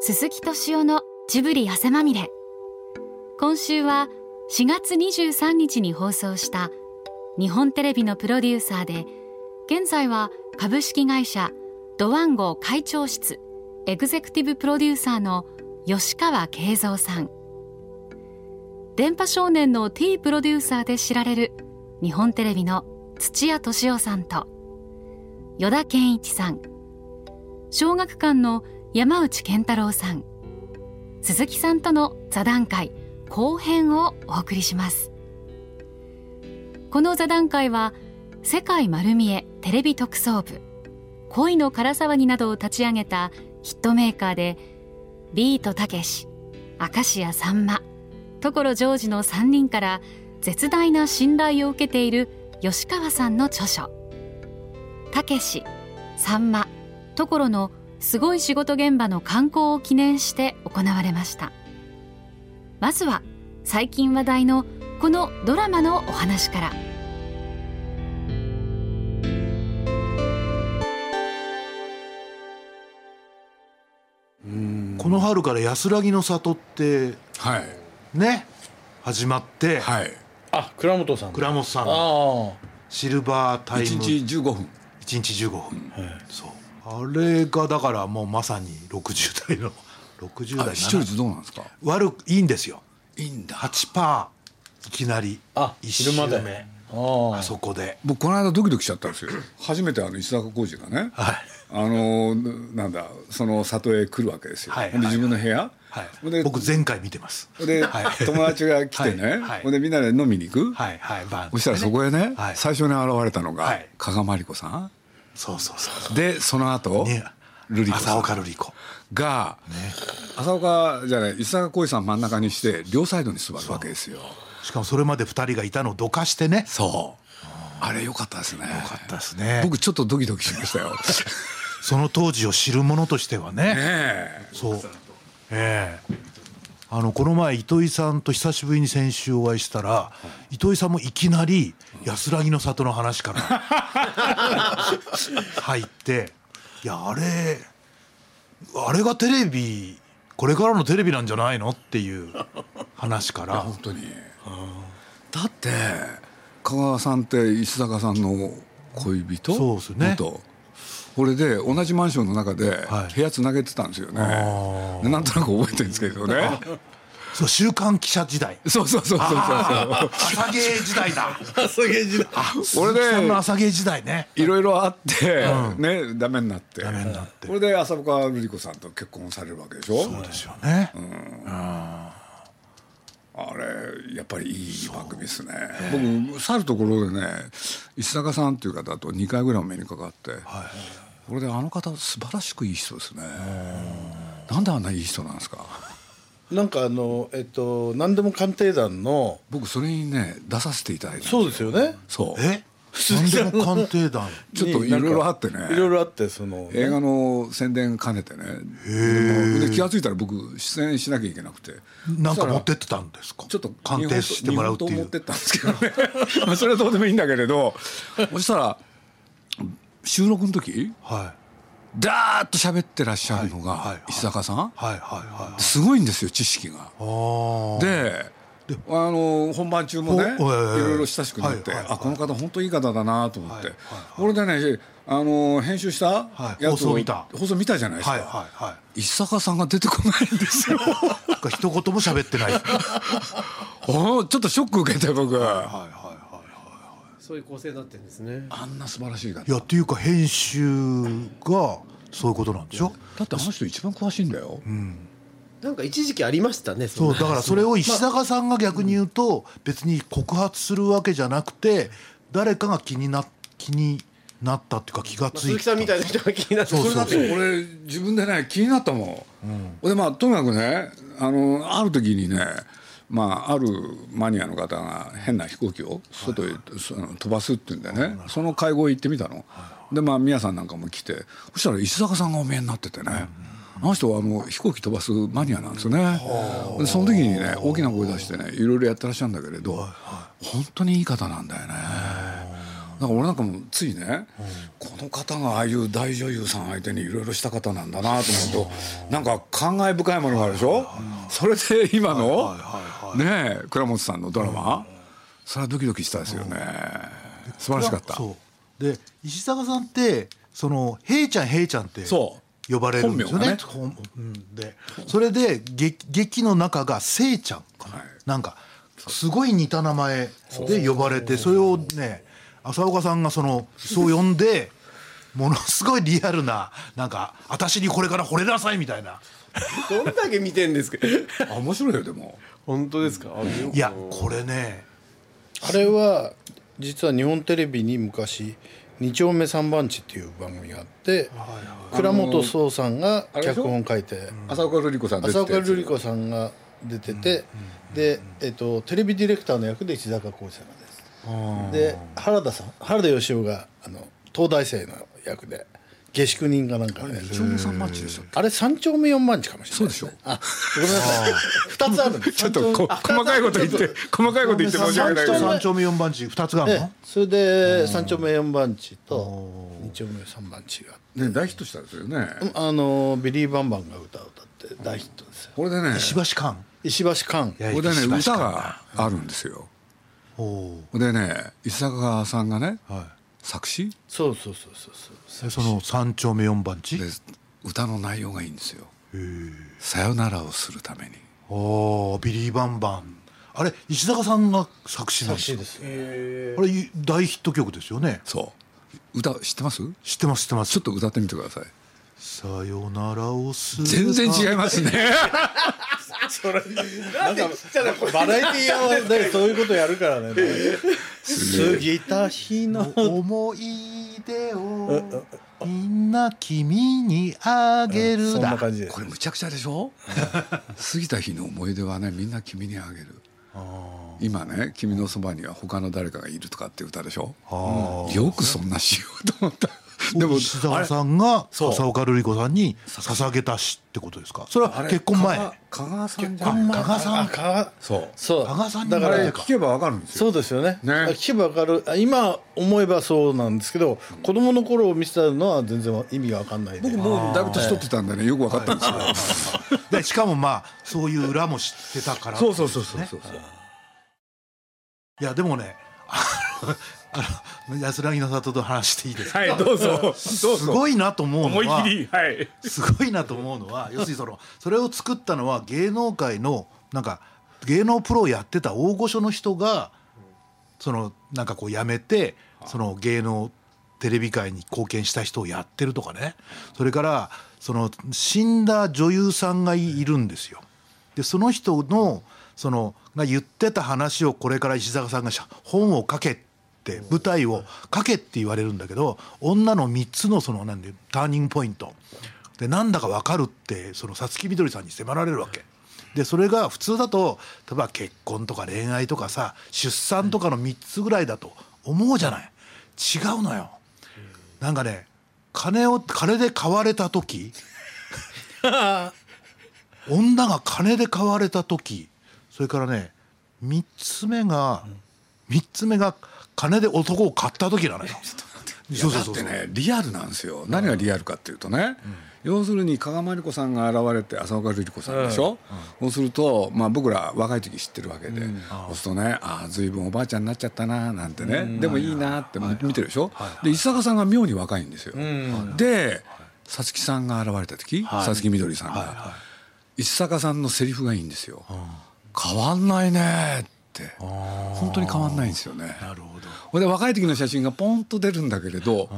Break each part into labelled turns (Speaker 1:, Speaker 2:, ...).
Speaker 1: 鈴木敏夫のジブリ汗まみれ今週は4月23日に放送した日本テレビのプロデューサーで現在は株式会社ドワンゴ会長室エグゼクティブプロデューサーの吉川慶三さん電波少年の T プロデューサーで知られる日本テレビの土屋敏夫さんと依田健一さん小学館の山内健太郎さん鈴木さんとの座談会後編をお送りしますこの座談会は世界丸見えテレビ特捜部恋の唐沢になどを立ち上げたヒットメーカーでビートたけし明石家さんま所ジョージの3人から絶大な信頼を受けている吉川さんの著書「たけしさんま所のすごい仕事現場」の観光を記念して行われましたまずは最近話題のこのドラマのお話から
Speaker 2: この春から安らぎの里って
Speaker 3: はい
Speaker 2: ね始まって、
Speaker 3: はい
Speaker 4: あ倉本さん
Speaker 2: 倉本さんの
Speaker 4: あ
Speaker 2: シルバータイム
Speaker 3: 一日15分
Speaker 2: 1日15分、そうあれがだからもうまさに60代の60代
Speaker 3: あ視聴率
Speaker 2: 7
Speaker 3: どうなんですか
Speaker 2: 悪くいいんですよ
Speaker 3: いいんだ
Speaker 2: 8パーいきなり
Speaker 4: ああ
Speaker 2: 一
Speaker 4: 昼間で
Speaker 2: 周目
Speaker 4: あ
Speaker 2: あそこで
Speaker 3: 僕この間ドキドキしちゃったんですよ初めてあの石坂浩二がね、
Speaker 2: はい
Speaker 3: あのなんだその里へ来るわけですよ、
Speaker 2: はい
Speaker 3: ほんで自分の部屋、
Speaker 2: はい、
Speaker 3: ほんで
Speaker 2: 僕前回見てます
Speaker 3: ほんで、友達が来てね、
Speaker 2: はいはい
Speaker 3: ほんでみんなで飲みに行く、
Speaker 2: はいはいバーン
Speaker 3: そしたらそこへね、
Speaker 2: はい
Speaker 3: 最初に現れたのが、
Speaker 2: はい
Speaker 3: 加賀まりこさ
Speaker 2: そうそうそ
Speaker 3: んでその後、
Speaker 2: うね
Speaker 3: ルリ子さ
Speaker 2: 朝
Speaker 3: ん
Speaker 2: 岡ルリコ
Speaker 3: が、朝岡じゃない石坂浩二さん真ん中にして両サイドに座るわけですよ
Speaker 2: しかもそれまで2人がいたのをどかしてね
Speaker 3: そうあれ良かったですね
Speaker 2: よかったですね
Speaker 3: 僕ちょっとドキドキしましたよね
Speaker 2: その当時を知る者としてはね
Speaker 3: え
Speaker 2: そうええあのこの前糸井さんと久しぶりに先週お会いしたら糸井さんもいきなり安らぎの里の話 から入っていやあれあれがテレビこれからのテレビなんじゃないのっていう話から
Speaker 3: 本当にだって香川さんって石坂さんの恋人
Speaker 2: そうですね
Speaker 3: 元これで同じマンションの中で
Speaker 2: はい
Speaker 3: 部屋つなげてたんですよね、でなんとなく覚えてるんですけどね
Speaker 2: そう週刊記者時代
Speaker 3: そうそうそうそう そう
Speaker 2: 朝芸時代 だ
Speaker 4: あすげえ時代
Speaker 3: 俺ね
Speaker 2: 鈴木さんの朝芸時代ね
Speaker 3: いろいろあって、ねダメになって
Speaker 2: メになって
Speaker 3: これで浅岡瑠璃子さんと結婚されるわけでしょ
Speaker 2: そうですよね、
Speaker 3: あれやっぱりいい番組ですね僕去るところでね石坂さんっていう方と2回ぐらいお目にかかって、これであの方素晴らしくいい人ですねなんであんないい人なんですか
Speaker 4: なんかあのえっと何でも鑑定団の
Speaker 3: 僕それにね出させていただいて
Speaker 4: そうですよね
Speaker 3: そう
Speaker 2: え何でも鑑定団
Speaker 3: ちょっといろいろあってね
Speaker 4: いろいろあってその
Speaker 3: 映画の宣伝兼ねてねでもで気が付いたら僕出演しなきゃいけなくて
Speaker 2: なんか持ってってたんですか
Speaker 3: ちょっと
Speaker 2: 鑑定してもらうって
Speaker 3: 日
Speaker 2: い
Speaker 3: 本
Speaker 2: う
Speaker 3: 刀持ってったんですけどね まあそれはどうでもいいんだけれどそしたら収録の時
Speaker 2: はい
Speaker 3: ダーッと喋ってらっしゃる
Speaker 2: は
Speaker 3: の
Speaker 2: いはいは
Speaker 3: が
Speaker 2: い
Speaker 3: 石坂さん
Speaker 2: はいはいはい
Speaker 3: すごいんですよ知識が。
Speaker 2: ああ
Speaker 3: であの本番中もねい
Speaker 2: ほええ
Speaker 3: ろいろ親しくなって、
Speaker 2: はいはいはい
Speaker 3: あこの方本当いい方だなと思って、
Speaker 2: はい
Speaker 3: これでねあの編集した
Speaker 2: はい
Speaker 3: やつを
Speaker 2: 放送見た
Speaker 3: 放送見たじゃないですか、
Speaker 2: はいはいは
Speaker 3: 石坂さんが出てこないんで すよ
Speaker 2: いなんか一言も喋ってないはい
Speaker 3: おちょっとショック受けて僕、
Speaker 2: はいは
Speaker 5: そういう構成になってるんですね。
Speaker 3: あんな素晴らしい方
Speaker 2: いいやっていうか編集がそういうことなんでしょ
Speaker 3: だってあの人一番詳しいんだよ、
Speaker 5: なんか一時期ありましたね。
Speaker 2: そ
Speaker 5: ん
Speaker 2: う
Speaker 5: な
Speaker 2: だからそれを石坂さんが逆に言うと別に告発するわけじゃなくて誰かが気にな気になったっていうか気がつ
Speaker 5: 鈴
Speaker 2: い
Speaker 5: 木さんみたいな人が気になって。
Speaker 2: そう
Speaker 3: それだって俺自分でね気になったもん、でまあとにかくねあのある時にねまあ、あるマニアの方が変な飛行機を外へその飛ばすって言うんでねその会合行ってみたの、でまあ宮さんなんかも来てそしたら石坂さんがお見えになっててね、あの人はあの飛行機飛ばすマニアなんですよね、でその時にね大きな声出してねいろいろやってらっしゃるんだけれど、本当にいい方なんだよね、だから俺なんかもついね、この方がああいう大女優さん相手にいろいろした方なんだなと思うとなんか感慨深いものがあるでしょそれで今のねえ倉本さんのドラマそれはドキドキしたですよね素晴らしかった
Speaker 2: そうで石坂さんってその「へいちゃんへいちゃん」って
Speaker 3: そ
Speaker 2: 呼ばれるんですよね本うんでそれで劇劇の中が「せいちゃん」かな、
Speaker 3: はい
Speaker 2: なんかすごい似た名前で呼ばれてそれをね浅岡さんがそのそう呼んで ものすごいリアルななんか「私にこれから惚れなさい」みたいな
Speaker 5: どんだけ見てんですか
Speaker 3: あ面白いよでも
Speaker 5: 本当ですかあよ
Speaker 2: いやこれね
Speaker 4: あれは実は日本テレビに昔「二丁目三番地」っていう番組があって倉本壮さんが
Speaker 3: あれでし
Speaker 4: 脚
Speaker 3: ょ
Speaker 4: 本書いて
Speaker 3: 浅岡瑠璃子さん出て
Speaker 4: 浅
Speaker 3: た
Speaker 4: 岡
Speaker 3: やつ
Speaker 4: 瑠璃子さんが出ててでえっとテレビディレクターの役で石坂浩二さんがですで原田さん原田芳雄があの東大生の役で下宿人かなんかで
Speaker 2: 一応も三番地でしたっ
Speaker 4: あれ三丁目四番地かもしれない
Speaker 3: そうでしょ
Speaker 4: あごめんなさい二つあるんです
Speaker 3: ちょっとこ細かいこと言って細かいこと言って申し訳ないけ
Speaker 2: け
Speaker 3: ど
Speaker 2: 三丁目四番地二つがある
Speaker 4: ええ
Speaker 2: の
Speaker 4: それで三丁目四番地と二丁目三番地が
Speaker 3: ね大ヒットしたんですよね
Speaker 4: あのビリー・バンバンが歌を歌って大ヒットですよ
Speaker 3: これでね
Speaker 2: 石橋館
Speaker 4: 石橋寛
Speaker 2: いや
Speaker 3: これで
Speaker 2: 石橋
Speaker 3: ね
Speaker 2: 館
Speaker 3: 歌があるんですよ
Speaker 2: おお
Speaker 3: でね石坂さんがね
Speaker 2: ーはい
Speaker 3: 作詞
Speaker 4: そうそうそうそうそう
Speaker 2: でその三丁目四番地
Speaker 3: で歌の内容がいいんですよ「さよならをするために
Speaker 2: おービリー・バンバンあれ石坂さんが作詞なん
Speaker 4: 作
Speaker 2: です
Speaker 4: 詞
Speaker 2: か
Speaker 4: です
Speaker 2: あれい大ヒット曲ですよね」
Speaker 3: そう歌知ってます
Speaker 2: 知ってます知ってま
Speaker 3: ちょ
Speaker 2: す
Speaker 3: っと歌ってみてください
Speaker 2: さよならをする
Speaker 3: 全然違いますね
Speaker 4: なんかバラエティーはねそういうことやるからね過ぎた日の
Speaker 2: 思い出をみんな君にあげる
Speaker 4: そん
Speaker 2: だ
Speaker 4: な感じで す
Speaker 3: これむちゃくちゃでしょ 過ぎた日の思い出はねみんな君にあげる今ね「君のそばには他の誰かがいる」とかって歌でしょよくそんなしようと思ったでも
Speaker 2: 石坂さんが
Speaker 3: そう
Speaker 2: 笹岡瑠璃子さんに捧げた詩ってことですかそれ
Speaker 3: あ
Speaker 2: は
Speaker 3: れ
Speaker 2: 結婚前
Speaker 3: 加
Speaker 2: あ
Speaker 3: 賀加賀さんじゃ
Speaker 2: 加
Speaker 3: ん
Speaker 2: 賀さ ん
Speaker 4: あか
Speaker 3: そう
Speaker 4: そう
Speaker 2: 加賀さんに
Speaker 4: だか
Speaker 3: あ
Speaker 4: ら
Speaker 3: れ聞けばわかるんですよ
Speaker 4: そうですよね
Speaker 3: ね
Speaker 4: 聞けばわかるあ今思えばそうなんですけど子供の頃を見せたのは全然意味がわかんないで
Speaker 3: 僕もうだいぶ年取ってたんでねよくわかったんですけど
Speaker 2: でしかもまあそういう裏も知ってたから
Speaker 3: そうそうそうそうそう
Speaker 2: いやでもねあのあの安らぎの里と話していいですか、
Speaker 6: はい、どうぞ。どうぞ。
Speaker 2: すごいなと思うの
Speaker 6: 思い
Speaker 2: は
Speaker 6: 切り、はい。
Speaker 2: すごいなと思う のは要するにそのそれを作ったのは芸能界のなんか芸能プロをやってた大御所の人がそのなんかこう辞めてその芸能テレビ界に貢献した人をやってるとかねそれからその死んだ女優さんがいいるんですよ。でその人のそのが言ってた話をこれから石坂さんがしゃ本を書けって舞台を書けって言われるんだけど女の3つのそのなんでターニングポイントでなんだか分かるってそのさつきみどりさんに迫られるわけ。でそれが普通だと例えば結婚とか恋愛とかさ出産とかの3つぐらいだと思うじゃない違うのよ。なんかね金を金で買われた 時女が金で買われた時それからね3つ目が3つ目が金で男を買った時なの よ。そうそうそうそ
Speaker 3: だっ
Speaker 2: う
Speaker 3: てねリアルなんですよ何がリアルかっていうとね、要するに加賀まりこさんが現れて浅岡瑠璃子さんでしょ、そうすると、まあ、僕ら若い時知ってるわけで、そうするとねああ随分おばあちゃんになっちゃったななんてね、でもいいなって見てるでしょ、で石坂さんが妙に若いんですよ、でさつきさんが現れた時さつきみどりさんが、石坂さんのセリフがいいんですよ、変わんないねって本当に変わんないんですよねなるほどこれで若い時の写真がポンと出るんだけれど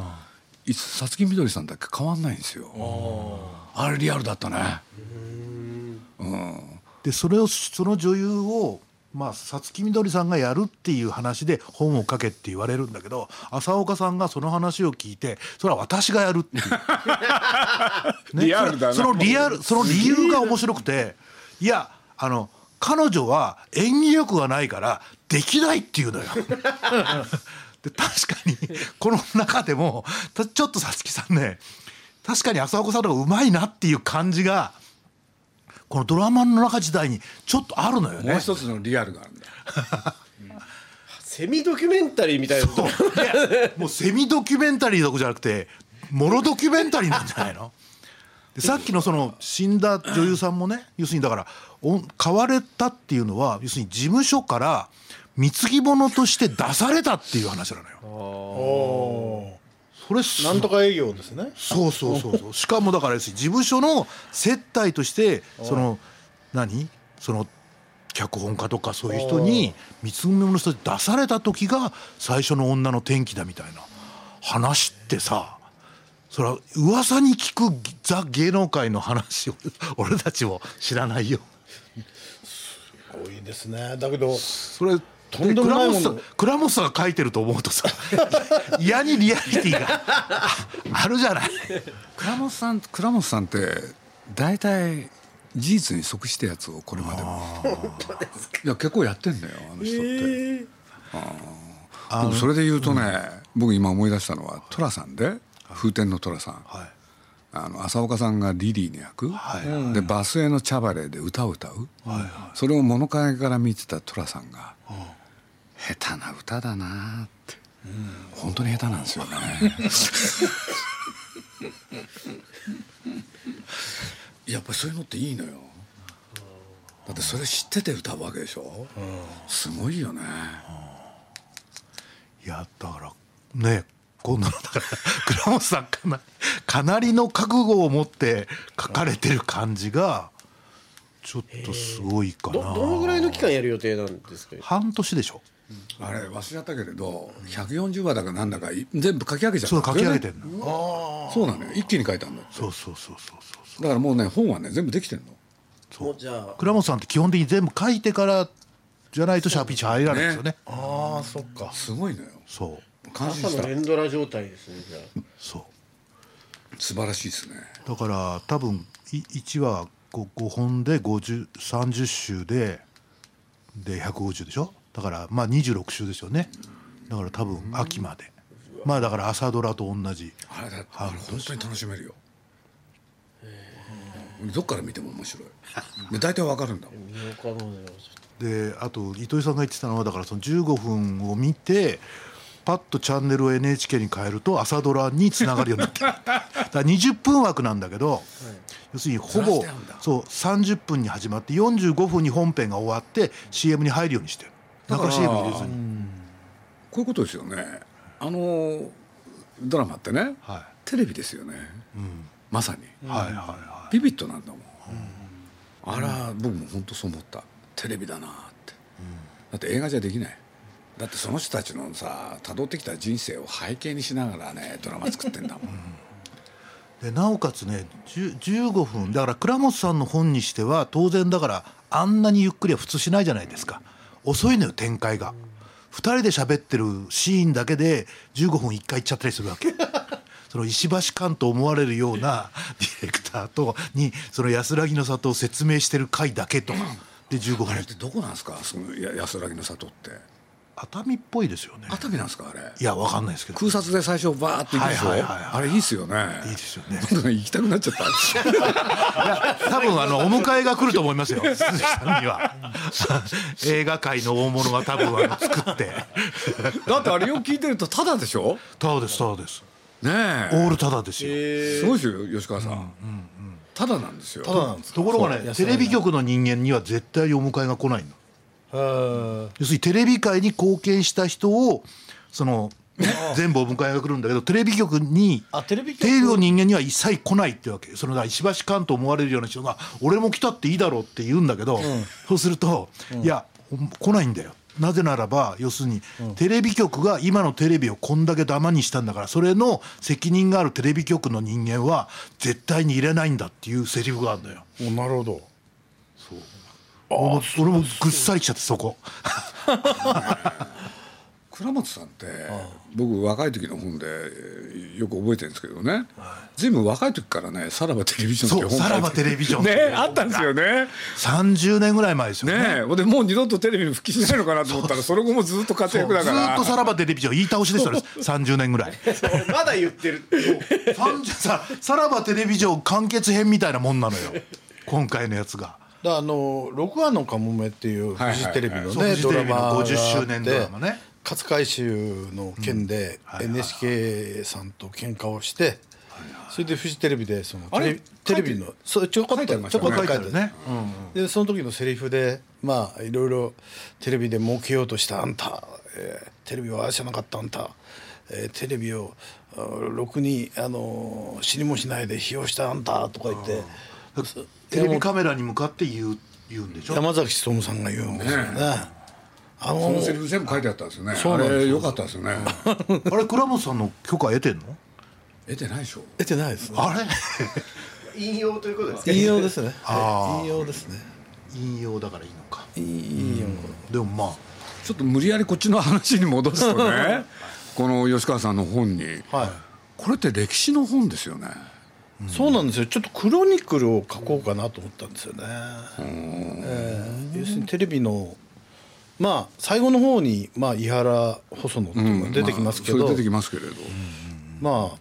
Speaker 3: いつさつきみどりさんだけ変わんないんですよあれリアルだったね
Speaker 2: でそれをその女優をまあさつきみどりさんがやるっていう話で本を書けって言われるんだけど浅岡さんがその話を聞いてそれは私がやるっ ていうね
Speaker 3: リアルだな
Speaker 2: そのそのリアルその理由が面白くていやあの彼女は演技力がないからできないっていうのよ。で確かにこの中でもたちょっとさつきさんね確かに浅岡さんの方がうまいなっていう感じがこのドラマの中時代にちょっとあるのよ
Speaker 3: もう
Speaker 2: ね。
Speaker 3: 一つのリアルがあるんだ
Speaker 5: セミドキュメンタリーみたいなこと
Speaker 2: いやもうセミドキュメンタリーどころじゃなくてモロドキュメンタリーなんじゃないのでさっきのその死んだ女優さんもね要するにだからお買われたっていうのは要するに事務所から貢ぎ物として出されたっていう話なのよ。それす
Speaker 4: なんとか営業ですね
Speaker 2: そうそうそうそうしかもだから要するに事務所の接待としてその何その脚本家とかそういう人に貢ぎ物として出された時が最初の女の転機だみたいな話ってさそれは噂に聞くザ芸能界の話を 俺たちも知らないよ。
Speaker 4: 多いですねだけど
Speaker 2: それ
Speaker 4: とんでもないもの
Speaker 2: で倉本さん倉本さんが書いてると思うと さ嫌にリアリティがああるじゃない。
Speaker 3: 倉本さん倉本さんって大体事実に即したやつをこれまでも いや結構やってんだよあの人って、あーでもそれで言うとね、僕今思い出したのは寅さんで風天の寅さん、
Speaker 2: はい
Speaker 3: あの浅岡さんがリリーの役、でバスへの茶バレーで歌を歌う、それを物陰から見てた寅さんが、下手な歌だなって、本当に下手なんですよね やっぱりそういうのっていいのよだってそれ知ってて歌うわけでしょ、すごいよね、
Speaker 2: いやだからねこんなのだから倉本さんかなかなりの覚悟を持って書かれてる感じがちょっとすごいか
Speaker 5: ど
Speaker 2: な
Speaker 5: どのぐらいの期間やる予定なんですか
Speaker 2: 半年でしょ
Speaker 3: あれ忘れちゃったけれど140話だかなんだかい全部書き上げちゃった
Speaker 2: そう書き上げてんの
Speaker 3: そうなのよ一気に書いたんだって
Speaker 2: そうそうそうそうそう
Speaker 3: だからもうね本はね全部できてんの
Speaker 5: もうじゃあ
Speaker 2: 倉本さんって基本的に全部書いてからじゃないとシャーピーチ入らないんですよね
Speaker 4: ああそっか
Speaker 3: すごいのよ
Speaker 2: そう
Speaker 3: 感心
Speaker 5: 朝
Speaker 3: した
Speaker 5: の連ドラ状態ですねじゃあ
Speaker 2: そう
Speaker 3: 素晴らしいですね
Speaker 2: だから多分い1話 5, 5本で50 30週でで150でしょだからまあ26週ですよねだから多分秋までまあだから朝ドラと同じ
Speaker 3: あれだってあれ本当に楽しめるよどっから見ても面白いで大体わかるんだもん
Speaker 5: 見ようかなじゃあ
Speaker 2: であと糸井さんが言ってたのはだからその15分を見てパッとチャンネルを NHK に変えると朝ドラにつながるように なってるだから20分枠なんだけど、要するにほ
Speaker 3: ずらし
Speaker 2: ぼ
Speaker 3: てあるんだ
Speaker 2: そう30分に始まって45分に本編が終わって CM に入るようにしてるだから CM 入れずに、
Speaker 3: こういうことですよねあのドラマってね、
Speaker 2: は
Speaker 3: テレビですよね、まさに、
Speaker 2: はいはいは
Speaker 3: ビビットなんだもん、あら僕も本当そう思ったテレビだなって、だって映画じゃできないだってその人たちのさ辿ってきた人生を背景にしながらねドラマ作ってんだもん、
Speaker 2: いでなおかつね10 15分だから倉本さんの本にしては当然だからあんなにゆっくりは普通しないじゃないですか遅いのよ展開が2人で喋ってるシーンだけで15分1回いっちゃったりするわけ その石橋感と思われるようなディレクターとにその安らぎの里を説明してる回だけとかで15
Speaker 3: あれっ
Speaker 2: 分
Speaker 3: てどこなんですかそのや安らぎの里って
Speaker 2: 熱海っぽいですよね
Speaker 3: 熱海なんですかあれ
Speaker 2: いやわかんないですけど
Speaker 3: 空撮で最初バーッと行くでしょ、
Speaker 2: はいはいはいはい
Speaker 3: あれいいっすよね
Speaker 2: いいですよね
Speaker 3: なんか行きたくなっちゃった
Speaker 2: 多分あのお迎えが来ると思いますよ鈴木さんには映画界の大物が多分あの作って
Speaker 3: だってあれよく聞いてるとただでしょ
Speaker 2: タダですタダですオ
Speaker 3: ね
Speaker 2: ールタダですよ、
Speaker 3: えすごいですよ吉川さん,、ただなんですよ
Speaker 4: ただなんですか
Speaker 2: ところがねテレビ局の人間には絶対にお迎えが来ないの
Speaker 4: は
Speaker 2: 要するにテレビ界に貢献した人をその全部お迎えが来るんだけどテレビ局に
Speaker 4: あテレビ局
Speaker 2: テレビの人間には一切来ないってわけそのだから石橋勘と思われるような人が「俺も来たっていいだろ」うって言うんだけど、そうすると「いやほん来ないんだよ」なぜならば要するにテレビ局が今のテレビをこんだけダマにしたんだからそれの責任があるテレビ局の人間は絶対に入れないんだっていうセリフがあるんだよ。
Speaker 4: あなるほど
Speaker 2: 俺も俺もぐっさり来ちゃってそこ。
Speaker 3: 倉本さんって僕若い時の本でよく覚えてるんですけどね随分若い時からね「さらばテレビジョン」って
Speaker 2: そ
Speaker 3: いう
Speaker 2: う
Speaker 3: 本
Speaker 2: さらばテレビジョンっていう
Speaker 3: ねあったんですよね
Speaker 2: 30年ぐらい前ですよね
Speaker 3: ねほんでもう二度とテレビに復帰しないのかなと思ったらその後もずっと
Speaker 2: そ
Speaker 3: 活
Speaker 2: う
Speaker 3: 躍だ
Speaker 2: ず
Speaker 3: から
Speaker 2: ーっとさらばテレビジョン言い倒しでしたね30年ぐらい
Speaker 5: そうまだ言ってる
Speaker 2: 30ささらばテレビジョン完結編みたいなもんなのよ今回のやつが
Speaker 4: だあの「六話のかもめ」っていうフジテレビの
Speaker 2: はいはい
Speaker 4: ね
Speaker 2: はい
Speaker 4: ドラマがあ
Speaker 2: そうフ
Speaker 4: って
Speaker 2: ジテレビの50周年ドラマね
Speaker 4: 勝海舟の件で NHK さんと喧嘩をして、それでフジテレビでその
Speaker 3: あ
Speaker 4: テレ
Speaker 3: れ
Speaker 4: ビテレビのそうちょこっ
Speaker 3: 書いてあ
Speaker 4: と
Speaker 3: りまし
Speaker 4: ち
Speaker 3: た
Speaker 4: ょ
Speaker 3: ね
Speaker 4: こっと書いて
Speaker 2: 書いてあ
Speaker 4: ある
Speaker 2: るね、
Speaker 4: でその時のセリフでまあいろいろテレビで儲けようとしたあんた、えーテレビを愛せなかったあんた、えーテレビをあろくにあのー死にもしないで費用したあんたとか言って
Speaker 2: うんだテレビカメラに向かって言う言うんでしょ
Speaker 4: 山崎努さんが言うんですよね。あ
Speaker 3: そ
Speaker 4: の
Speaker 3: のセリフ全部書いてあったんですよね
Speaker 4: そう
Speaker 3: あ
Speaker 4: なんです
Speaker 3: れ良かったですよね
Speaker 2: あれ倉本さんの許可得てんの
Speaker 3: 得てないでしょ
Speaker 4: 出てないですね。
Speaker 2: あれ
Speaker 5: 引用ということですか
Speaker 4: 引用ですね。
Speaker 2: あー
Speaker 4: はい引用ですね。
Speaker 2: 引用だからいいのか
Speaker 4: 引用。
Speaker 2: でもまあ
Speaker 3: ちょっと無理やりこっちの話に戻す とねこの吉川さんの本に、
Speaker 4: はい。
Speaker 3: これって歴史の本ですよね
Speaker 4: そうなんですよちょっとクロニクルを書こうかなと思ったんですよね、ええ要するにテレビのまあ最後の方に、まあ、伊原細野とか出てきますけど、
Speaker 3: まあそれ
Speaker 4: まあ
Speaker 3: 出てきますけれど、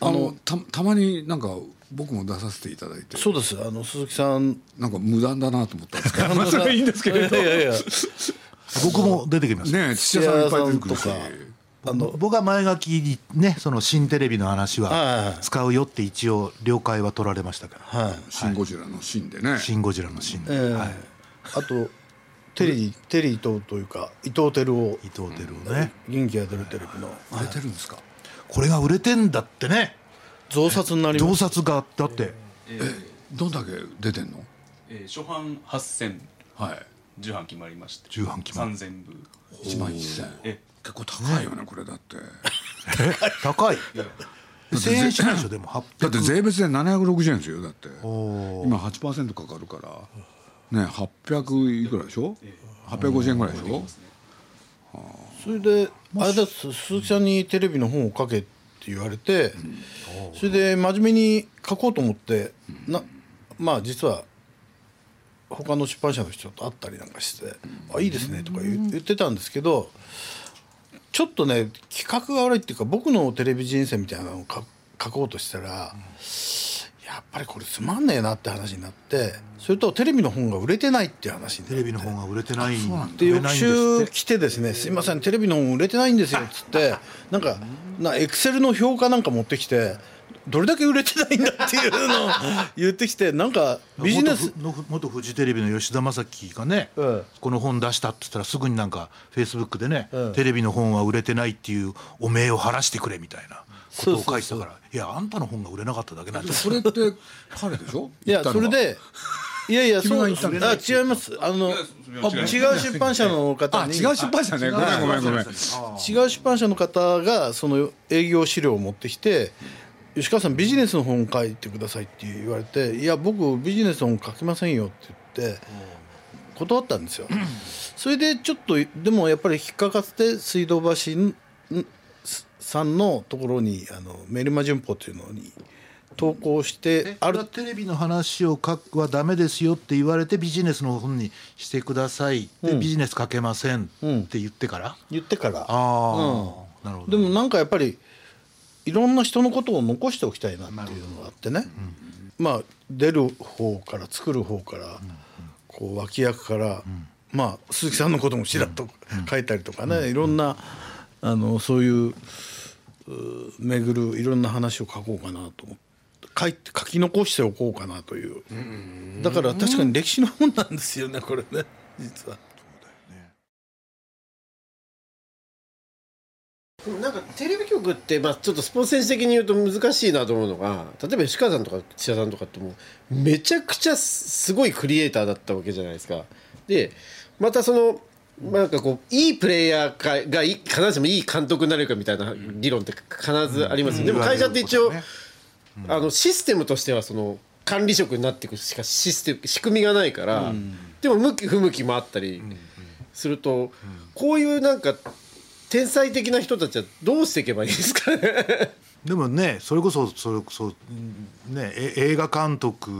Speaker 3: あのたたまになんか僕も出させていただいて
Speaker 4: そうですあの鈴木さん
Speaker 3: なんか無駄だなと思ったん ですけどまあ
Speaker 4: そ
Speaker 3: それはいいんですけれど
Speaker 4: いやいやいや
Speaker 2: 僕も出てきます、
Speaker 3: ねえ土屋さんいっぱい出てくるし
Speaker 4: 土屋さんとあ の
Speaker 2: 僕は前書きにねその新テレビの話
Speaker 4: はいはい
Speaker 2: は
Speaker 4: はい
Speaker 2: 使うよって一応了解は取られましたから
Speaker 4: はい、
Speaker 3: 「シン・ゴジラ」のシーンでね、
Speaker 2: 「シン・ゴジラ」のシーン
Speaker 4: え
Speaker 2: で、
Speaker 4: え
Speaker 2: はい、
Speaker 4: あとテリーテリーとというか伊藤輝夫
Speaker 2: 伊藤輝夫ね、
Speaker 4: 元気が出るテレビの
Speaker 3: 売れてるんですか、
Speaker 2: これが売れてんだってね
Speaker 4: 増刷になりま
Speaker 2: 洞
Speaker 4: す
Speaker 2: 察がだって
Speaker 3: どんだけ出てんの
Speaker 6: えー初版8000
Speaker 3: はい
Speaker 6: 重版決まりまして
Speaker 2: 重版決まる
Speaker 6: 3000部
Speaker 3: 1万1000
Speaker 6: え
Speaker 3: 結構高いよねこれだって
Speaker 2: 高い1000円しないでしょでも
Speaker 3: だって
Speaker 2: 800
Speaker 3: 税別で760円ですよだって
Speaker 2: おー
Speaker 3: 今8%かかるからね800いくらでしょ850円ぐらいでしょ
Speaker 4: それであれだす鈴木さんにテレビの本を書けって言われて、それで真面目に書こうと思って、なまあ実は他の出版社の人と会ったりなんかして「あいいですね」とか言う言ってたんですけどちょっとね企画が悪いっていうか僕のテレビ人生みたいなのを書書こうとしたら。やっぱりこれつまんねえなって話になってそれとテレビの本が売れてないっていう話になって
Speaker 2: テレビの方が売れてない
Speaker 4: で
Speaker 2: 売れ
Speaker 4: 翌
Speaker 2: ないんです
Speaker 4: 週
Speaker 2: って
Speaker 4: 来てですね「すいませんテレビの本売れてないんですよ」っつってなんかエクセルの評価なんか持ってきてどれだけ売れてないんだっていうのを 言ってきてなんかビジネス
Speaker 2: 元フ元フジテレビの吉田正樹がね、
Speaker 4: ええ
Speaker 2: この本出したって言ったらすぐになんかフェイスブックでね、
Speaker 4: ええ
Speaker 2: テレビの本は売れてないっていうお名を晴らしてくれみたいなことを書いてたからいやあんたの本が売れなかっただけなんだよ
Speaker 3: それって彼でしょ
Speaker 4: いや
Speaker 3: 言った
Speaker 4: そ
Speaker 3: の
Speaker 4: れ
Speaker 3: は
Speaker 4: でいやいや
Speaker 3: 君
Speaker 4: そう
Speaker 3: が
Speaker 4: あ
Speaker 3: 言ったんだ
Speaker 4: 違いますあの
Speaker 6: それは違います
Speaker 4: 違う出版社の
Speaker 3: あ
Speaker 4: 方に
Speaker 3: 違う出版社ねごめんごめんごめん
Speaker 4: 違う出版社の方がその営業資料を持ってきて「吉川さんビジネスの本書いてください」って言われて「いや僕ビジネスの本書きませんよ」って言って断ったんですよ。それでちょっとでもやっぱり引っかかって水道橋んんさんのところにあのメルマ旬報というのに投稿して
Speaker 2: あれ
Speaker 4: ある
Speaker 2: はテレビの話を書くはダメですよって言われてビジネスの本にしてくださいで、ビジネス書けませんって言ってから、
Speaker 4: 言ってから
Speaker 2: ああ、なるほ
Speaker 4: で
Speaker 2: ど
Speaker 4: もなんかやっぱりいろんな人のことを残しておきたいなっていうのがあってね、まあ出る方から作る方から、こう脇役から、まあ鈴木さんのこともちらっと書いたりとかね、いろんなあのそういううー巡るいろんな話を書こうかなと思って。書いて書き残しておこうかなというだから確かに歴史の本なんですよねこれね実は
Speaker 5: なんかテレビ局って、まあ、ちょっとスポーツ選手的に言うと難しいなと思うのが例えば吉川さんとか土屋さんとかってもうめちゃくちゃすすごいクリエイターだったわけじゃないですか。でまたそのまあなんかこういいプレイヤーかがいい必ずしもいい監督になれるかみたいな理論って必ずありますよ、でも会社って一応、あのシステムとしてはその管理職になっていくしかシステム仕組みがないから、でも向き不向きもあったりすると、こういうなんか天才的な人たちはどうしていけばいいですかね
Speaker 2: でもねそれこそそれこそうんねえ映画監督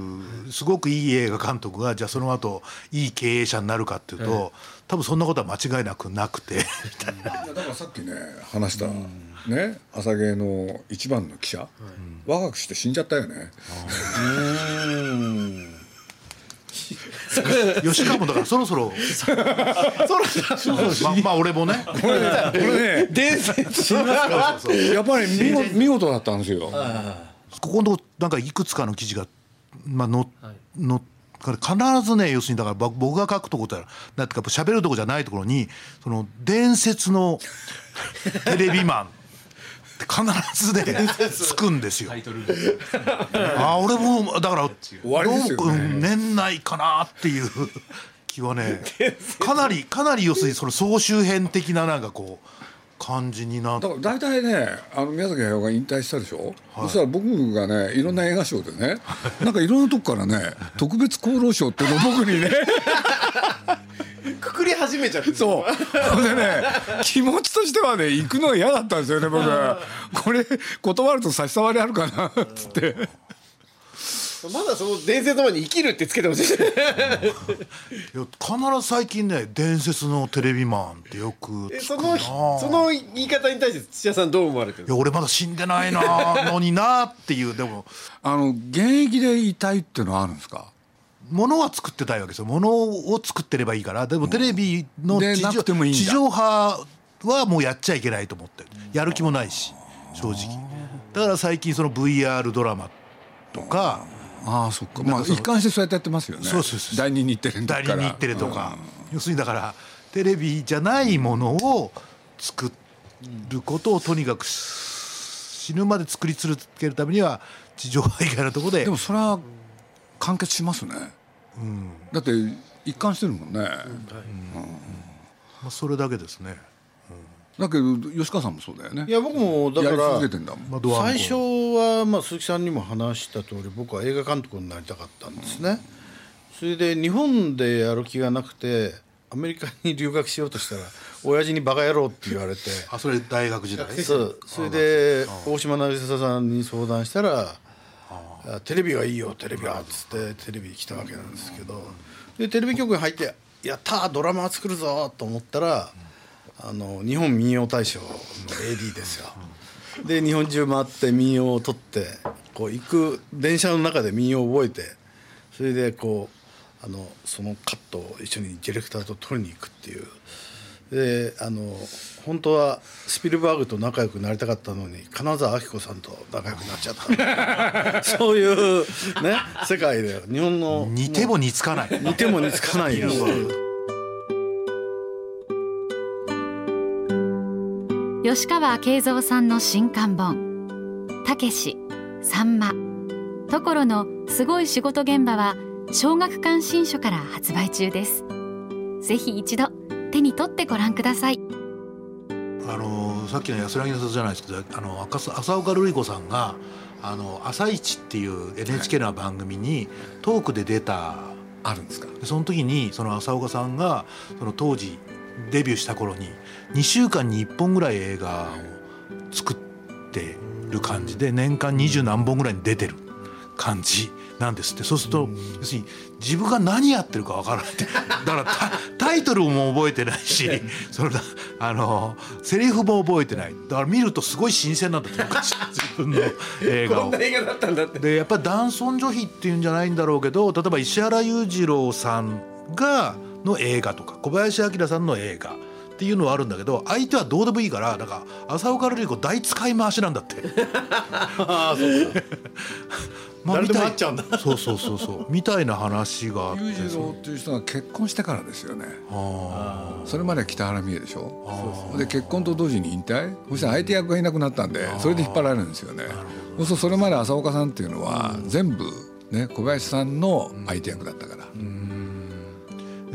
Speaker 2: すごくいい映画監督がじゃあその後いい経営者になるかっていうと、多分そんなことは間違いなくなくて
Speaker 3: いやだからさっきね話した、ね朝芸の一番の記者、若くして死んじゃったよね
Speaker 2: 吉川もだからそろそ ろそろそろまあまあ俺もね
Speaker 3: これねこれね
Speaker 5: 伝説 の
Speaker 3: やっぱり見事見事だったんですよ
Speaker 2: ここのとこなんかいくつかの記事が、まあ、の、の必ずね要するにだから僕僕が書くとこだなんていうか喋るとこじゃないところにその伝説のテレビマンって必ずねつくんですよ
Speaker 6: タ。イトルです
Speaker 2: あ俺もだから
Speaker 3: 終わりですよね
Speaker 2: どううん年内かなっていう気はねかなりかなり要するにその総集編的ななんかこう感じになっ
Speaker 3: だ
Speaker 2: て
Speaker 3: から大体ねあの宮崎駿が引退したでしょ、そしたら僕がねいろんな映画賞でね、なんかいろんなとこからね特別功労賞っていうのを僕にね
Speaker 5: くくり始めちゃって
Speaker 3: そうそれでね気持ちとしてはね行くのが嫌だったんですよね 僕これ断ると差し障りあるかなっつって
Speaker 5: まだその伝説の前に生きるってつけてほし
Speaker 2: い
Speaker 5: い
Speaker 2: や必ず最近ね伝説のテレビマンってよく
Speaker 5: え
Speaker 2: つ
Speaker 5: そ
Speaker 2: く
Speaker 5: の
Speaker 2: な
Speaker 5: その言い方に対して土屋さんどう思われてる
Speaker 2: い
Speaker 5: んで
Speaker 2: や
Speaker 5: す
Speaker 2: 俺まだ死んでないなのになっていうでも
Speaker 3: あの現役でいたいっていうのはあるんですか
Speaker 2: 物は作ってたいわけですよ物を作ってればいいからでもテレビの
Speaker 3: で
Speaker 2: 地
Speaker 3: な
Speaker 2: 上
Speaker 3: くてもいいんだ
Speaker 2: 地上波はもうやっちゃいけないと思ってるやる気もないし正直だから最近その VR ドラマとか
Speaker 3: ああそっかまあ一貫してそうやってやってますよね
Speaker 2: そうそうそう
Speaker 3: 第二日テレの
Speaker 2: 代
Speaker 3: 時
Speaker 2: 理
Speaker 3: から
Speaker 2: に行ってるとか要するにだからテレビじゃないものを作ることをとにかく死ぬまで作り続けるためには地上波以外のところで
Speaker 3: でもそれは完結しますね、だって一貫してるもんね、
Speaker 2: まあそれだけですね。
Speaker 3: だけど吉川さんもそうだよね
Speaker 4: いや僕もだか
Speaker 3: やり
Speaker 4: ら
Speaker 3: 続けてんだもん、
Speaker 2: まあドアンコ
Speaker 4: 最初は、まあ、鈴木さんにも話した通り僕は映画監督になりたかったんですね、それで日本でやる気がなくてアメリカに留学しようとしたら親父にバカ野郎って言われ て
Speaker 2: あそれ大学時代
Speaker 4: そうそれで大島渚さんに相談したら「テレビがいいよテレビは」っつってテレビに来たわけなんですけどでテレビ局に入って「やったードラマ作るぞ!」と思ったらあの日本民謡大賞の AD ですよ。で日本中回って民謡を取ってこう行く電車の中で民謡を覚えてそれでこうあのそのカットを一緒にディレクターと撮りに行くっていう。であの本当はスピルバーグと仲良くなりたかったのに金沢明子さんと仲良くなっちゃ ったそういう、ね、世界で日本の
Speaker 2: 似ても似つかない
Speaker 4: 似ても似つかないよ
Speaker 1: 吉川慶三さんの新刊本「たけしさんまところのすごい仕事現場」は小学館新書から発売中ですぜひ一度手に取ってご覧ください
Speaker 2: あのさっきの安らぎの里じゃないですけどあの赤す浅岡瑠璃子さんが「あの朝一っていう NHK の番組にトークで出た
Speaker 3: あるんですか
Speaker 2: でその時にその浅岡さんがその当時デビューした頃に2週間に1本ぐらい映画を作ってる感じで年間二十何本ぐらいに出てる感じなんですってそうすると要するに自分が何やってるかわからないってだからタタイトルも覚えてないし それだあのセリフも覚えてないだから見るとすごい新鮮なんだって昔自分の映
Speaker 5: か
Speaker 2: 画
Speaker 5: こん
Speaker 2: を
Speaker 5: な。映画だったんだって
Speaker 2: でやっぱり男尊女卑っていうんじゃないんだろうけど例えば石原裕次郎さんがの映画とか小林明さんの映画っていうのはあるんだけど相手はどうでもいいからなんか浅岡瑠璃子大使い回しなんだって。 ま
Speaker 4: 誰でも
Speaker 2: みたい
Speaker 4: 会っちゃうんだ
Speaker 2: そうそうそう そうみたいな話があって
Speaker 3: 裕次郎っていう人が結婚してからですよね
Speaker 2: あ
Speaker 3: それまでは北原三重でしょで結婚と同時に引退そして相手役がいなくなったんでそれで引っ張られるんですよねそうするとそれまで浅岡さんっていうのは全部ね小林さんの相手役だったから、
Speaker 2: ー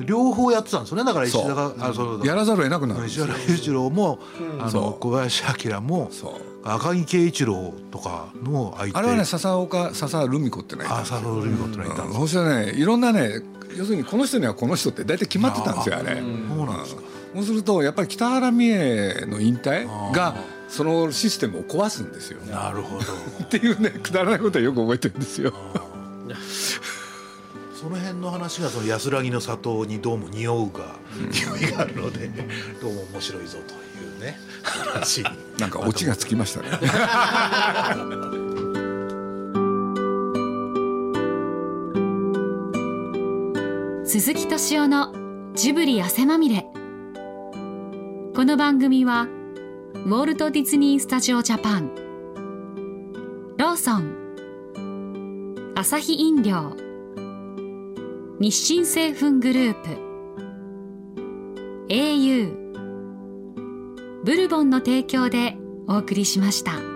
Speaker 2: 両方やってたんですよねだから石原あそう
Speaker 3: やらざるを得なくなるんです
Speaker 2: 石
Speaker 3: よ
Speaker 2: 原裕次郎も、あの
Speaker 3: そう
Speaker 2: 小林明も
Speaker 3: そう
Speaker 2: 赤木圭一郎とかの相手
Speaker 3: あれはね笹岡笹留美子ってのがいたん
Speaker 2: あ
Speaker 3: ですよ
Speaker 2: 浅岡瑠璃子ってのがいたんですよ
Speaker 3: うんそうしたらねいろんなね要するにこの人にはこの人って大体決まってたんですよあれ。
Speaker 2: そうなんですか。
Speaker 3: そうするとやっぱり北原三重の引退がそのシステムを壊すんですよ。
Speaker 2: なるほど。
Speaker 3: っていうねくだらないことはよく覚えてるんですよ。
Speaker 2: その辺の話がその安らぎの里にどうも匂うが匂いがあるので、どうも面白いぞというね話。
Speaker 3: なんかオチがつきましたね。
Speaker 1: 鈴木敏夫のジブリ汗まみれこの番組はウォルト・ディズニー・スタジオ・ジャパンローソンアサヒ飲料日清製粉グループ au ブルボンの提供でお送りしました。